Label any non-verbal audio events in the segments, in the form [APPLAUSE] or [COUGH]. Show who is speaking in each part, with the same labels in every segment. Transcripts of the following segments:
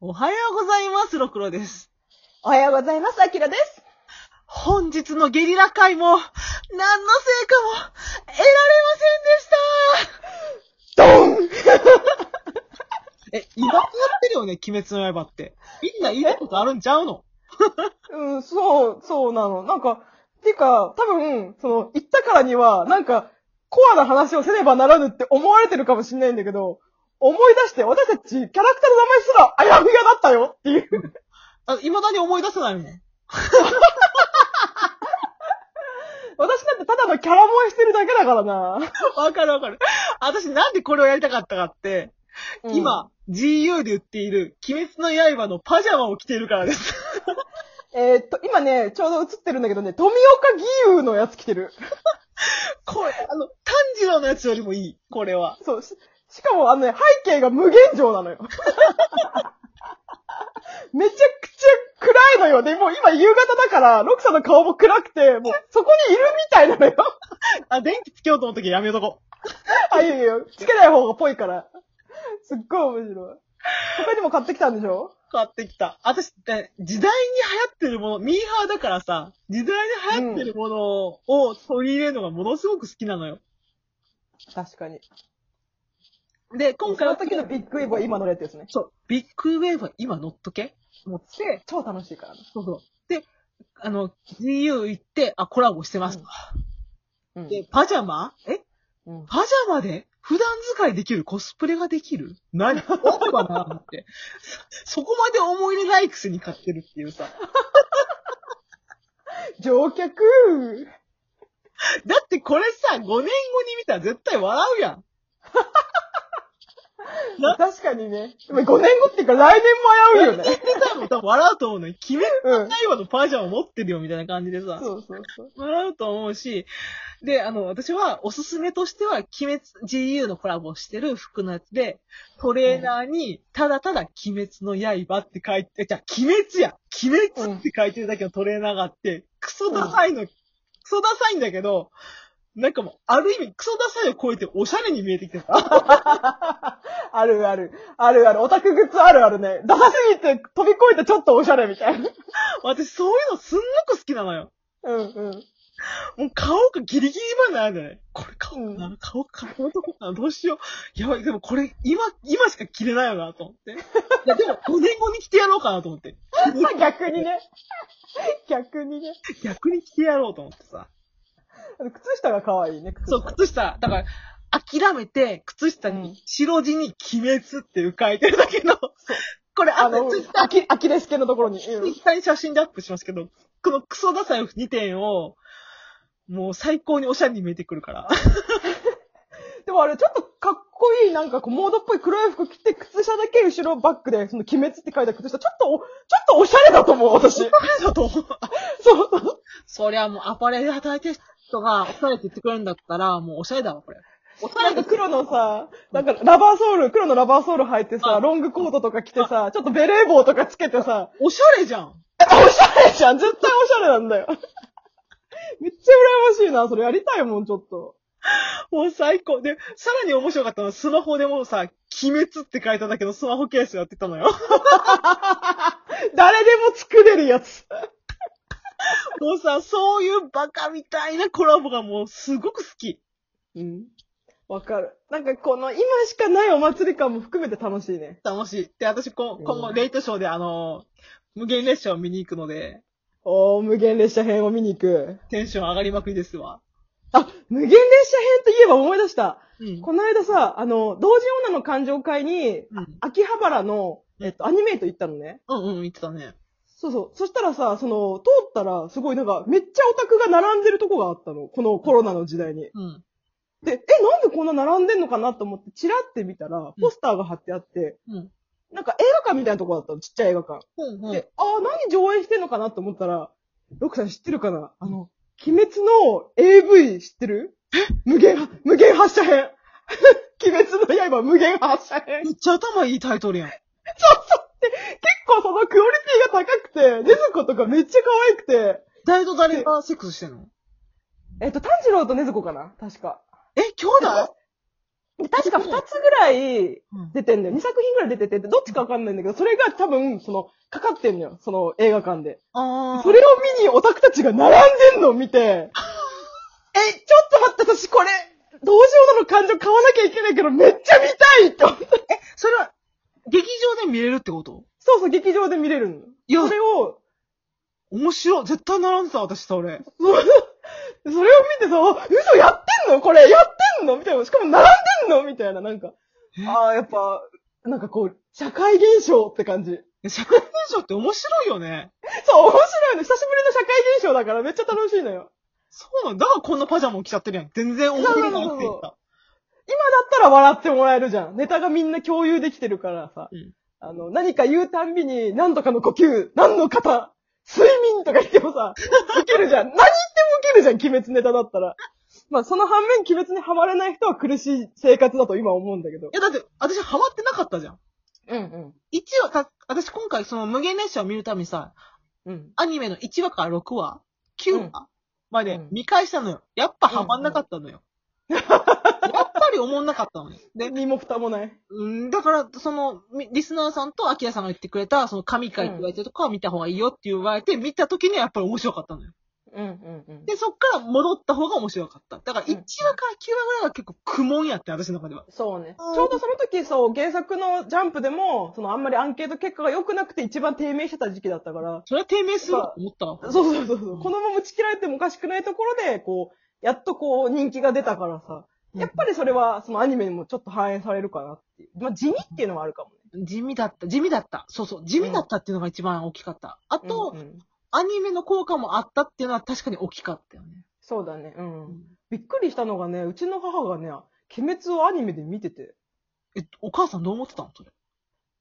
Speaker 1: おはようございます、ろくろです。
Speaker 2: おはようございます、あきらです。
Speaker 1: 本日のゲリラ会も、何の成果も、得られませんで
Speaker 2: ドーン
Speaker 1: したえ、今やってるよね、鬼滅の刃って。みんな言いたいことあるんちゃうの
Speaker 2: うん、そう、そうなの。なんか、てか、多分、その、行ったからには、なんか、コアな話をせねばならぬって思われてるかもしれないんだけど、思い出して、私たち、キャラクターの名前すら、あやふやだったよっていう。 [LAUGHS]
Speaker 1: あ、未だに思い出せないもん。
Speaker 2: 私なんてただのキャラ萌えしてるだけだからな。
Speaker 1: わかるわかる。私なんでこれをやりたかったかって、今、GU で売っている、鬼滅の刃のパジャマを着ているからです。
Speaker 2: うん、えーっと、今ね、ちょうど映ってるんだけどね、富岡義勇のやつ着てる。
Speaker 1: これ、あの、炭治郎のやつよりもいい、これは。
Speaker 2: そう、し、しかもあのね、背景が無限上なのよ。 [LAUGHS] めちゃくちゃ暗いのよ。で、もう今夕方だから、ロクさんの顔も暗くて、もうそこにいるみたいなのよ。 [LAUGHS]
Speaker 1: あ、電気つけようと思ったけどやめとこう。
Speaker 2: あ、いいよいいよ。つけない方がぽいから。すっごい面白い。他にも買ってきたんでしょ
Speaker 1: 買ってきた。私って、時代に流行ってるもの、ミーハーだからさ、時代に流行ってるものを取り入れるのがものすごく好きなのよ。
Speaker 2: 確かに。
Speaker 1: で、今回は
Speaker 2: 今回の、時のビッグイボは今乗れってやつね。
Speaker 1: そう、ビッグウェーブは今乗っとけ。
Speaker 2: 持って、超楽しいからね。
Speaker 1: そうそう。で、あの、GU 行って、あ、コラボしてます。
Speaker 2: うん
Speaker 1: で、パジャマえ
Speaker 2: うん
Speaker 1: パジャマで普段使いできるコスプレができる
Speaker 2: [LAUGHS]
Speaker 1: 何思えばなと思って。そそこまで思い入れないくせに買ってるっていうさ。
Speaker 2: 乗客
Speaker 1: だってこれさ、5年後に見たら絶対笑うやん。な
Speaker 2: 確かにね。5年後っていうか来年も危ういよね。
Speaker 1: でさ、もう多分笑うと思うのに、決め
Speaker 2: うん。
Speaker 1: ないわのパジャマ持ってるよみたいな感じでさ、
Speaker 2: そうそうそう。
Speaker 1: 笑うと思うし、で、あの、私はおすすめとしては、鬼滅、GU のコラボしてる服のやつで、トレーナーに、ただただ鬼滅の刃って書いて、じゃあ鬼滅や鬼滅って書いてるだけのトレーナーがあって、クソダサいの、クソダサいんだけど、なんかもう、ある意味、クソダサいを超えておしゃれに見えてきてさ、
Speaker 2: あるある。あるある。オタクグッズあるあるね。ダサすぎて飛び越えてちょっとオシャレみたいな。
Speaker 1: 私そういうのすんごく好きなのよ。
Speaker 2: うん [LAUGHS] うん。
Speaker 1: もう顔がギリギリまであるんだね。これ顔かな、顔か、このとこかな、どうしよう。やばい、でもこれ、今、今しか着れないよな、と思って。いや、でも5年後に着てやろうかな、と思って。
Speaker 2: 逆にね。 [LAUGHS] 逆にね。
Speaker 1: 逆に着てやろうと思ってさ。
Speaker 2: あの靴下が可愛いね。靴
Speaker 1: そう、
Speaker 2: 下。
Speaker 1: 靴下、だから、諦めて、靴下
Speaker 2: うん
Speaker 1: に、白地に鬼滅っていう書いてるだけの、これ、あ
Speaker 2: あ
Speaker 1: の、
Speaker 2: の
Speaker 1: ツイッ、ター、
Speaker 2: アキアキレス腱のところに。
Speaker 1: ツ
Speaker 2: う
Speaker 1: イ
Speaker 2: ん
Speaker 1: ッターに写真でアップしますけど、このクソダサい2点を、もう最高におしゃれに見えてくるから。
Speaker 2: でもあれ、ちょっとかっこいい、なんかこう、モードっぽい黒い服着て、靴下だけ後ろバックで、その、鬼滅って書いた靴下、ちょっとお、ちょっとオシャレだと思う、私。 [LAUGHS] そう
Speaker 1: だと思う。
Speaker 2: そう。
Speaker 1: そりゃもうアパレルで働いてる人がおしゃれって言ってくれるんだったら、もうおしゃれだわ、 [LAUGHS] これ。おしゃ
Speaker 2: な
Speaker 1: れ
Speaker 2: ん
Speaker 1: だ
Speaker 2: か黒のさ、なんかラバーソール、黒のラバーソール履いてさ、ロングコートとか着てさ、ちょっとベレー帽とかつけてさ、
Speaker 1: おしゃれじゃん。
Speaker 2: おしゃれじゃん絶対おしゃれなんだよ。 [LAUGHS] めっちゃ羨ましいな。それやりたいもん、ちょっと。
Speaker 1: もう最高。で、さらに面白かったのは、スマホでもうさ、鬼滅って書いただけのスマホケースやってたの [LAUGHS] よ。
Speaker 2: 誰でも作れるやつ。
Speaker 1: もうさ、そういうバカみたいなコラボがもうすごく好き。
Speaker 2: うん。わかる。なんかこの今しかないお祭り感も含めて楽しいね。
Speaker 1: 楽しい。で、私こ、
Speaker 2: うん
Speaker 1: 今後、レイトショーであの、無限列車を見に行くので、
Speaker 2: おー、無限列車編を見に行く。
Speaker 1: テンション上がりまくりですわ。
Speaker 2: あ、無限列車編といえば思い出した。
Speaker 1: うん。
Speaker 2: この間さ、あの、同時女の感情会に、
Speaker 1: うん。
Speaker 2: 秋葉原の、えっと、アニメイト行ったのね。
Speaker 1: うんうん、言ってたね。
Speaker 2: そうそう。そしたらさ、その、通ったら、すごいなんか、めっちゃオタクが並んでるとこがあったの。このコロナの時代に。
Speaker 1: うん。
Speaker 2: で、え、なんでこんな並んでんのかなと思って、チラって見たら、ポスターが貼ってあって、
Speaker 1: うん。
Speaker 2: なんか映画館みたいなとこだったの、ちっちゃい映画館。
Speaker 1: うんうん。
Speaker 2: で、ああ、何上映してんのかなと思ったら、ロクさん知ってるかなあの、鬼滅の AV 知ってる無限、無限発射編 [LAUGHS] 鬼滅の刃無限発射編
Speaker 1: めっちゃ頭いいタイトルやん。
Speaker 2: 結構そのクオリティが高くて、禰豆子とかめっちゃ可愛くて、
Speaker 1: 誰と誰がセックスしてんの
Speaker 2: えっと、炭治郎と禰豆子かな確か。
Speaker 1: え、兄弟
Speaker 2: で確か2つぐらい
Speaker 1: うん
Speaker 2: 出てんだよ。2作品ぐらい出てて、どっちかわかんないんだけど、それが多分、その、かかってんのよ。その映画館で。
Speaker 1: あ
Speaker 2: それを見にオタクたちが並んでんのを見
Speaker 1: [LAUGHS]
Speaker 2: て、え、ちょっと待って、私これ、どうしようなの感情買わなきゃいけないけど、めっちゃ見たいって思って。
Speaker 1: それは、劇場で見れるってこと
Speaker 2: そうそう、劇場で見れるの。
Speaker 1: いや
Speaker 2: それを、
Speaker 1: 面白い。絶対並んでた、私、それ。
Speaker 2: [LAUGHS] それを見てさ、あ嘘やってんのこれ、やってんのみたいな。しかも並んでんのみたいな、なんか。
Speaker 1: え
Speaker 2: ああ、やっぱ、なんかこう、社会現象って感じ。
Speaker 1: 社会現象って面白いよね。
Speaker 2: そう、面白いの。久しぶりの社会現象だからめっちゃ楽しいのよ。
Speaker 1: そうなんだ。だからこんなパジャマを着ちゃってるやん。全然面白いなって言った。
Speaker 2: だったら笑ってもらえるじゃん。ネタがみんな共有できてるからさ。
Speaker 1: うん
Speaker 2: あの、何か言うたんびに、何とかの呼吸、何の肩、睡眠とか言ってもさ、ウけるじゃん。何言ってもウけるじゃん、鬼滅ネタだったら。まあ、その反面、鬼滅にはまれない人は苦しい生活だと今思うんだけど
Speaker 1: い。や、だって、私、ハマってなかったじゃん。
Speaker 2: うんうん。
Speaker 1: 一話、た、私今回、その、無限列車を見るためにさ、
Speaker 2: うん。
Speaker 1: アニメの1話から6話、9話まで
Speaker 2: うん
Speaker 1: 見返したのよ。やっぱハマんなかったのよ。やっぱり思んなかったのね。で、
Speaker 2: 身も蓋もない。
Speaker 1: うん、だから、その、みリスナーさんとアキラさんが言ってくれた、その、神回って言われてるとこは見た方がいいよって言われて、見た時にはやっぱり面白かったのよ。
Speaker 2: うんうんうん。
Speaker 1: で、そっから戻った方が面白かった。だから、1話から9話ぐらいは結構苦悶やって、私の中では。
Speaker 2: そうね。ち
Speaker 1: うん
Speaker 2: ょうどその時、そう、原作のジャンプでも、そのあんまりアンケート結果が良くなくて一番低迷してた時期だったから、
Speaker 1: それは低迷するわと思ったわ。
Speaker 2: そうそうそうそう、このまま打ち切られてもおかしくないところで、こう、やっとこう人気が出たからさ、やっぱりそれはそのアニメにもちょっと反映されるかなっていう。まあ地味っていうのはあるかもね。
Speaker 1: 地味だった、地味だった。そうそう、地味だったっていうのが一番大きかった。あと、
Speaker 2: うんうん
Speaker 1: アニメの効果もあったっていうのは確かに大きかったよね。
Speaker 2: そうだね、うん。びっくりしたのがね、うちの母がね、鬼滅をアニメで見てて、
Speaker 1: え、お母さんどう思ってたの
Speaker 2: [LAUGHS]
Speaker 1: それ。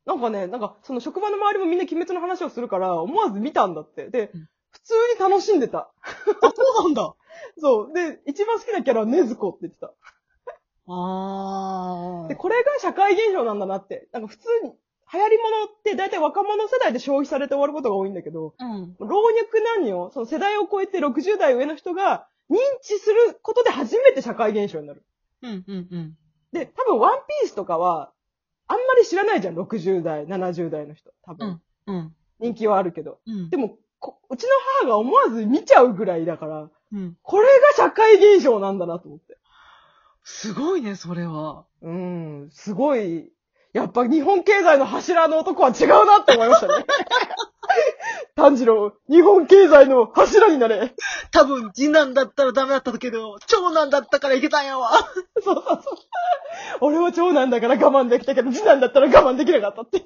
Speaker 2: なんかね、なんか、その職場の周りもみんな鬼滅の話をするから、思わず見たんだって。で
Speaker 1: うん、
Speaker 2: 普通に楽しんでた。
Speaker 1: あ、そうなんだ。
Speaker 2: そう。で、一番好きなキャラは禰豆子って言ってた。
Speaker 1: あー。
Speaker 2: で、これが社会現象なんだなって。なんか普通に、流行り物って大体若者世代で消費されて終わることが多いんだけど、
Speaker 1: うん。
Speaker 2: 老若男女、その世代を超えて60代上の人が認知することで初めて社会現象になる。
Speaker 1: うん、うん、うん。
Speaker 2: で、多分ワンピースとかは、あんまり知らないじゃん、60代、70代の人。多分。
Speaker 1: うん。
Speaker 2: 人気はあるけど。
Speaker 1: うん。
Speaker 2: でも、こうちの母が思わず見ちゃうぐらいだから、
Speaker 1: うん。
Speaker 2: これが社会現象なんだなと思って。
Speaker 1: すごいね、それは。
Speaker 2: うん、すごい、やっぱ日本経済の柱の男は違うなって思いました [LAUGHS] ね。炭治郎、日本経済の柱になれ。
Speaker 1: 多分、次男だったらダメだったけど、長男だったからいけたんやわ。 [LAUGHS]
Speaker 2: そうそうそう。俺は長男だから我慢できたけど、次男だったら我慢できなかったって。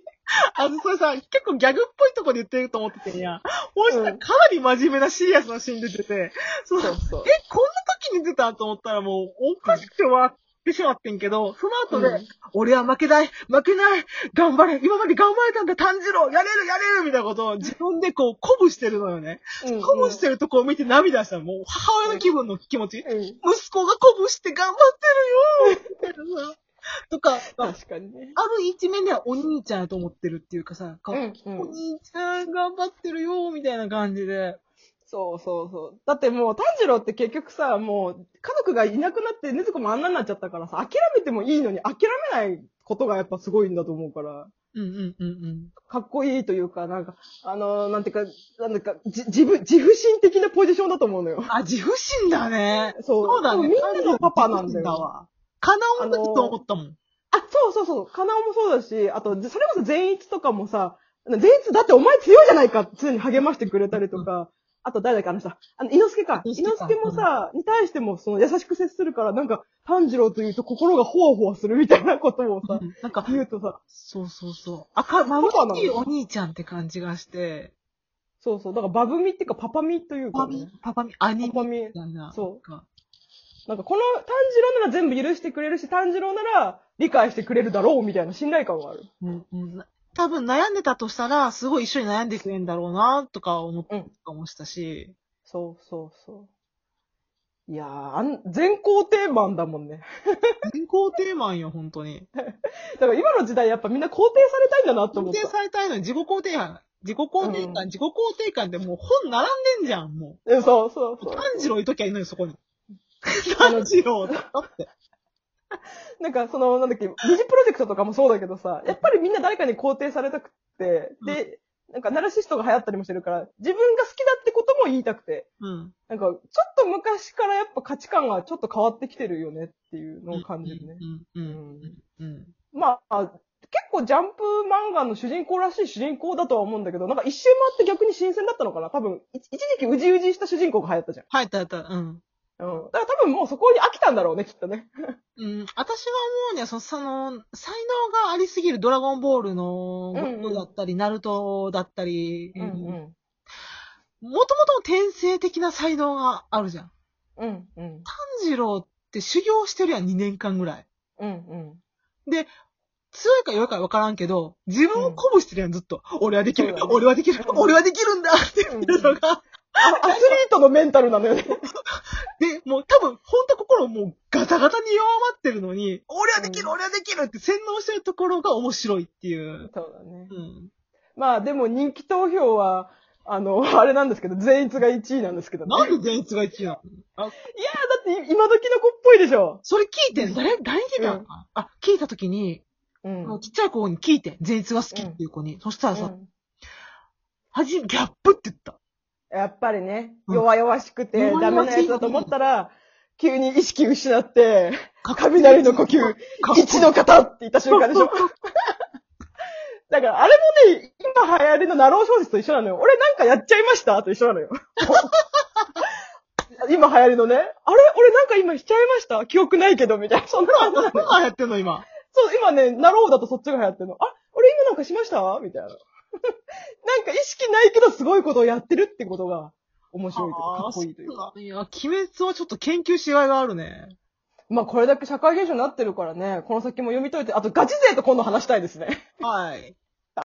Speaker 1: あの、それさ、結構ギャグっぽいとこで言ってると思っててんや。もうしたら
Speaker 2: うん
Speaker 1: かなり真面目なシリアスなシーン出てて、その、
Speaker 2: そうそう
Speaker 1: え、こんな時に出たと思ったらもう、おかしくて終わってしまってんけど、その後で、
Speaker 2: うん
Speaker 1: 俺は負けない負けない頑張れ今まで頑張れたんだ炭治郎やれるやれるみたいなことを自分でこう、鼓舞してるのよね。
Speaker 2: うん
Speaker 1: 鼓舞してるとこを見て涙したの。もう、母親の気分の気持ち。
Speaker 2: うん。
Speaker 1: 息子が鼓舞して頑張ってるよみたいなさ。とか、まあ
Speaker 2: 確かにね。
Speaker 1: ある一面ではお兄ちゃんやと思ってるっていうかさ、か
Speaker 2: うん
Speaker 1: お兄ちゃん頑張ってるよみたいな感じで。
Speaker 2: そうそうそう。だってもう炭治郎って結局さ、もう家族がいなくなって、禰豆子もあんなになっちゃったからさ、諦めてもいいのに諦めないことがやっぱすごいんだと思うから。
Speaker 1: うんうんうんうん。
Speaker 2: かっこいいというか、なんか、あのーなんていうか、なんだか、じ、自分、自負心的なポジションだと思うのよ。
Speaker 1: あ、自負心だね。
Speaker 2: そう。
Speaker 1: そうだね。
Speaker 2: みんなのパパなんだよ。
Speaker 1: わ。かなおの時と思ったもん。
Speaker 2: あ、そうそうそう。カナオもそうだし、あと、それこそ善一とかもさ、善一だってお前強いじゃないかって常に励ましてくれたりとか、あと誰だっけあのさ、あの、猪之助か。
Speaker 1: 猪
Speaker 2: 猪
Speaker 1: 之
Speaker 2: 之
Speaker 1: 助か
Speaker 2: 助もさ、に対してもその優しく接するから、なんか、炭治郎というと心がほわほわするみたいなことをさ
Speaker 1: う、んなんか、
Speaker 2: 言うとさ、
Speaker 1: そうそうそう。赤、まぶ
Speaker 2: パパなの
Speaker 1: しいお兄ちゃんって感じがして、
Speaker 2: そうそう。だからバブミっていうかパパミっていう
Speaker 1: パ
Speaker 2: か
Speaker 1: パミ
Speaker 2: ね。、
Speaker 1: パパミ、アニメ
Speaker 2: パパミ
Speaker 1: み。たいな。
Speaker 2: そう
Speaker 1: か。
Speaker 2: なんかこの炭治郎なら全部許してくれるし、炭治郎なら理解してくれるだろうみたいな信頼感がある。
Speaker 1: うんうんな多分悩んでたとしたら、すごい一緒に悩んでくれるんだろうな、とか思ったかもしたし。
Speaker 2: そうそうそう。いやー、あん全校定番だもんね。
Speaker 1: 健康テーマよ、本当に。
Speaker 2: だから今の時代やっぱみんな肯定されたいんだなって思
Speaker 1: 肯
Speaker 2: っ
Speaker 1: 定
Speaker 2: た。
Speaker 1: されたいのに自己肯定感。自己肯定
Speaker 2: う
Speaker 1: 感、自己肯定感ってもう本並んでんじゃん、も
Speaker 2: えそうそう
Speaker 1: う。
Speaker 2: [LAUGHS] そう。
Speaker 1: 炭治郎いときゃいいのよ、そこに。
Speaker 2: あの
Speaker 1: 炭治郎だって。
Speaker 2: なんかその、なんだっけ、二次プロジェクトとかもそうだけどさ、やっぱりみんな誰かに肯定されたくって、で、なんかナルシストが流行ったりもしてるから、自分が好きだってことも言いたくて、
Speaker 1: うん。
Speaker 2: なんかちょっと昔からやっぱ価値観はちょっと変わってきてるよねっていうのを感じるね。
Speaker 1: うん。う。
Speaker 2: うんん
Speaker 1: うん。
Speaker 2: まあ、結構ジャンプ漫画の主人公らしい主人公だとは思うんだけど、なんか一周回って逆に新鮮だったのかな多分、一一時期うじうじした主人公が流行ったじゃん。
Speaker 1: はい、たた、うん。
Speaker 2: うん。だから多分もうそこに飽きたんだろうね、きっとね。
Speaker 1: うん、私が思うには、その、その、才能がありすぎるドラゴンボールの
Speaker 2: うんうん
Speaker 1: ゴッドだったり、ナルトだったり、もとも
Speaker 2: ん。
Speaker 1: との転生的な才能があるじゃん。
Speaker 2: うん。うん。
Speaker 1: 炭治郎って修行してるやん、2年間ぐらい。
Speaker 2: うん。
Speaker 1: 強いか弱いか分からんけど、自分を鼓舞してるやん、ずっと。俺はできる、
Speaker 2: そうだね
Speaker 1: 俺はできる、
Speaker 2: うん
Speaker 1: 俺はできるんだって
Speaker 2: うん。
Speaker 1: いうのが、
Speaker 2: あアスリートのメンタルなのよね。
Speaker 1: で、もう多分、ほんと心もうガタガタに弱まってるのに、俺はできる、
Speaker 2: うん
Speaker 1: 俺はできるって洗脳してるところが面白いっていう。
Speaker 2: [LAUGHS] そうだね
Speaker 1: う。ん。
Speaker 2: まあでも人気投票は、あの、 [LAUGHS] あれなんですけど、全員が1位なんですけどね。いや
Speaker 1: なんで全員が一位なの
Speaker 2: ー、だって今時の子っぽいでしょ。
Speaker 1: それ聞いてん、誰、誰に聞いたのかな、あ、聞いたときに、
Speaker 2: うん
Speaker 1: もうちっちゃい子に聞いてん、善逸が好きっていう子に。そしたらさ、
Speaker 2: うん
Speaker 1: はじ、ギャップって言った。
Speaker 2: やっぱりね、
Speaker 1: うん
Speaker 2: 弱々しくて、
Speaker 1: 弱
Speaker 2: ダメ
Speaker 1: 々しい
Speaker 2: なやつだと思ったら、急に意識失って、
Speaker 1: かっこいい
Speaker 2: 雷の呼吸、
Speaker 1: かっこいい
Speaker 2: 一の型って言った瞬間でしょ。だから、あれもね、今流行りのナロー小説と一緒なのよ。俺なんかやっちゃいましたと一緒なのよ。 [LAUGHS] 今流行りのね、あれ俺なんか今しちゃいました記憶ないけど、みたいな。そんな感じなの
Speaker 1: 何がやってんの、今。
Speaker 2: そう、今ね、ナローだとそっちが流行ってるの。あ俺今なんかしましたみたいな。なん [LAUGHS] か意識ないけど、すごいことをやってるってことが、面白いというか、かっこいいというか。
Speaker 1: いや、鬼滅はちょっと研究しがいがあるね。
Speaker 2: まあこれだけ社会現象になってるからね、この先も読み解いて、あとガチ勢と今度話したいですね。
Speaker 1: はい。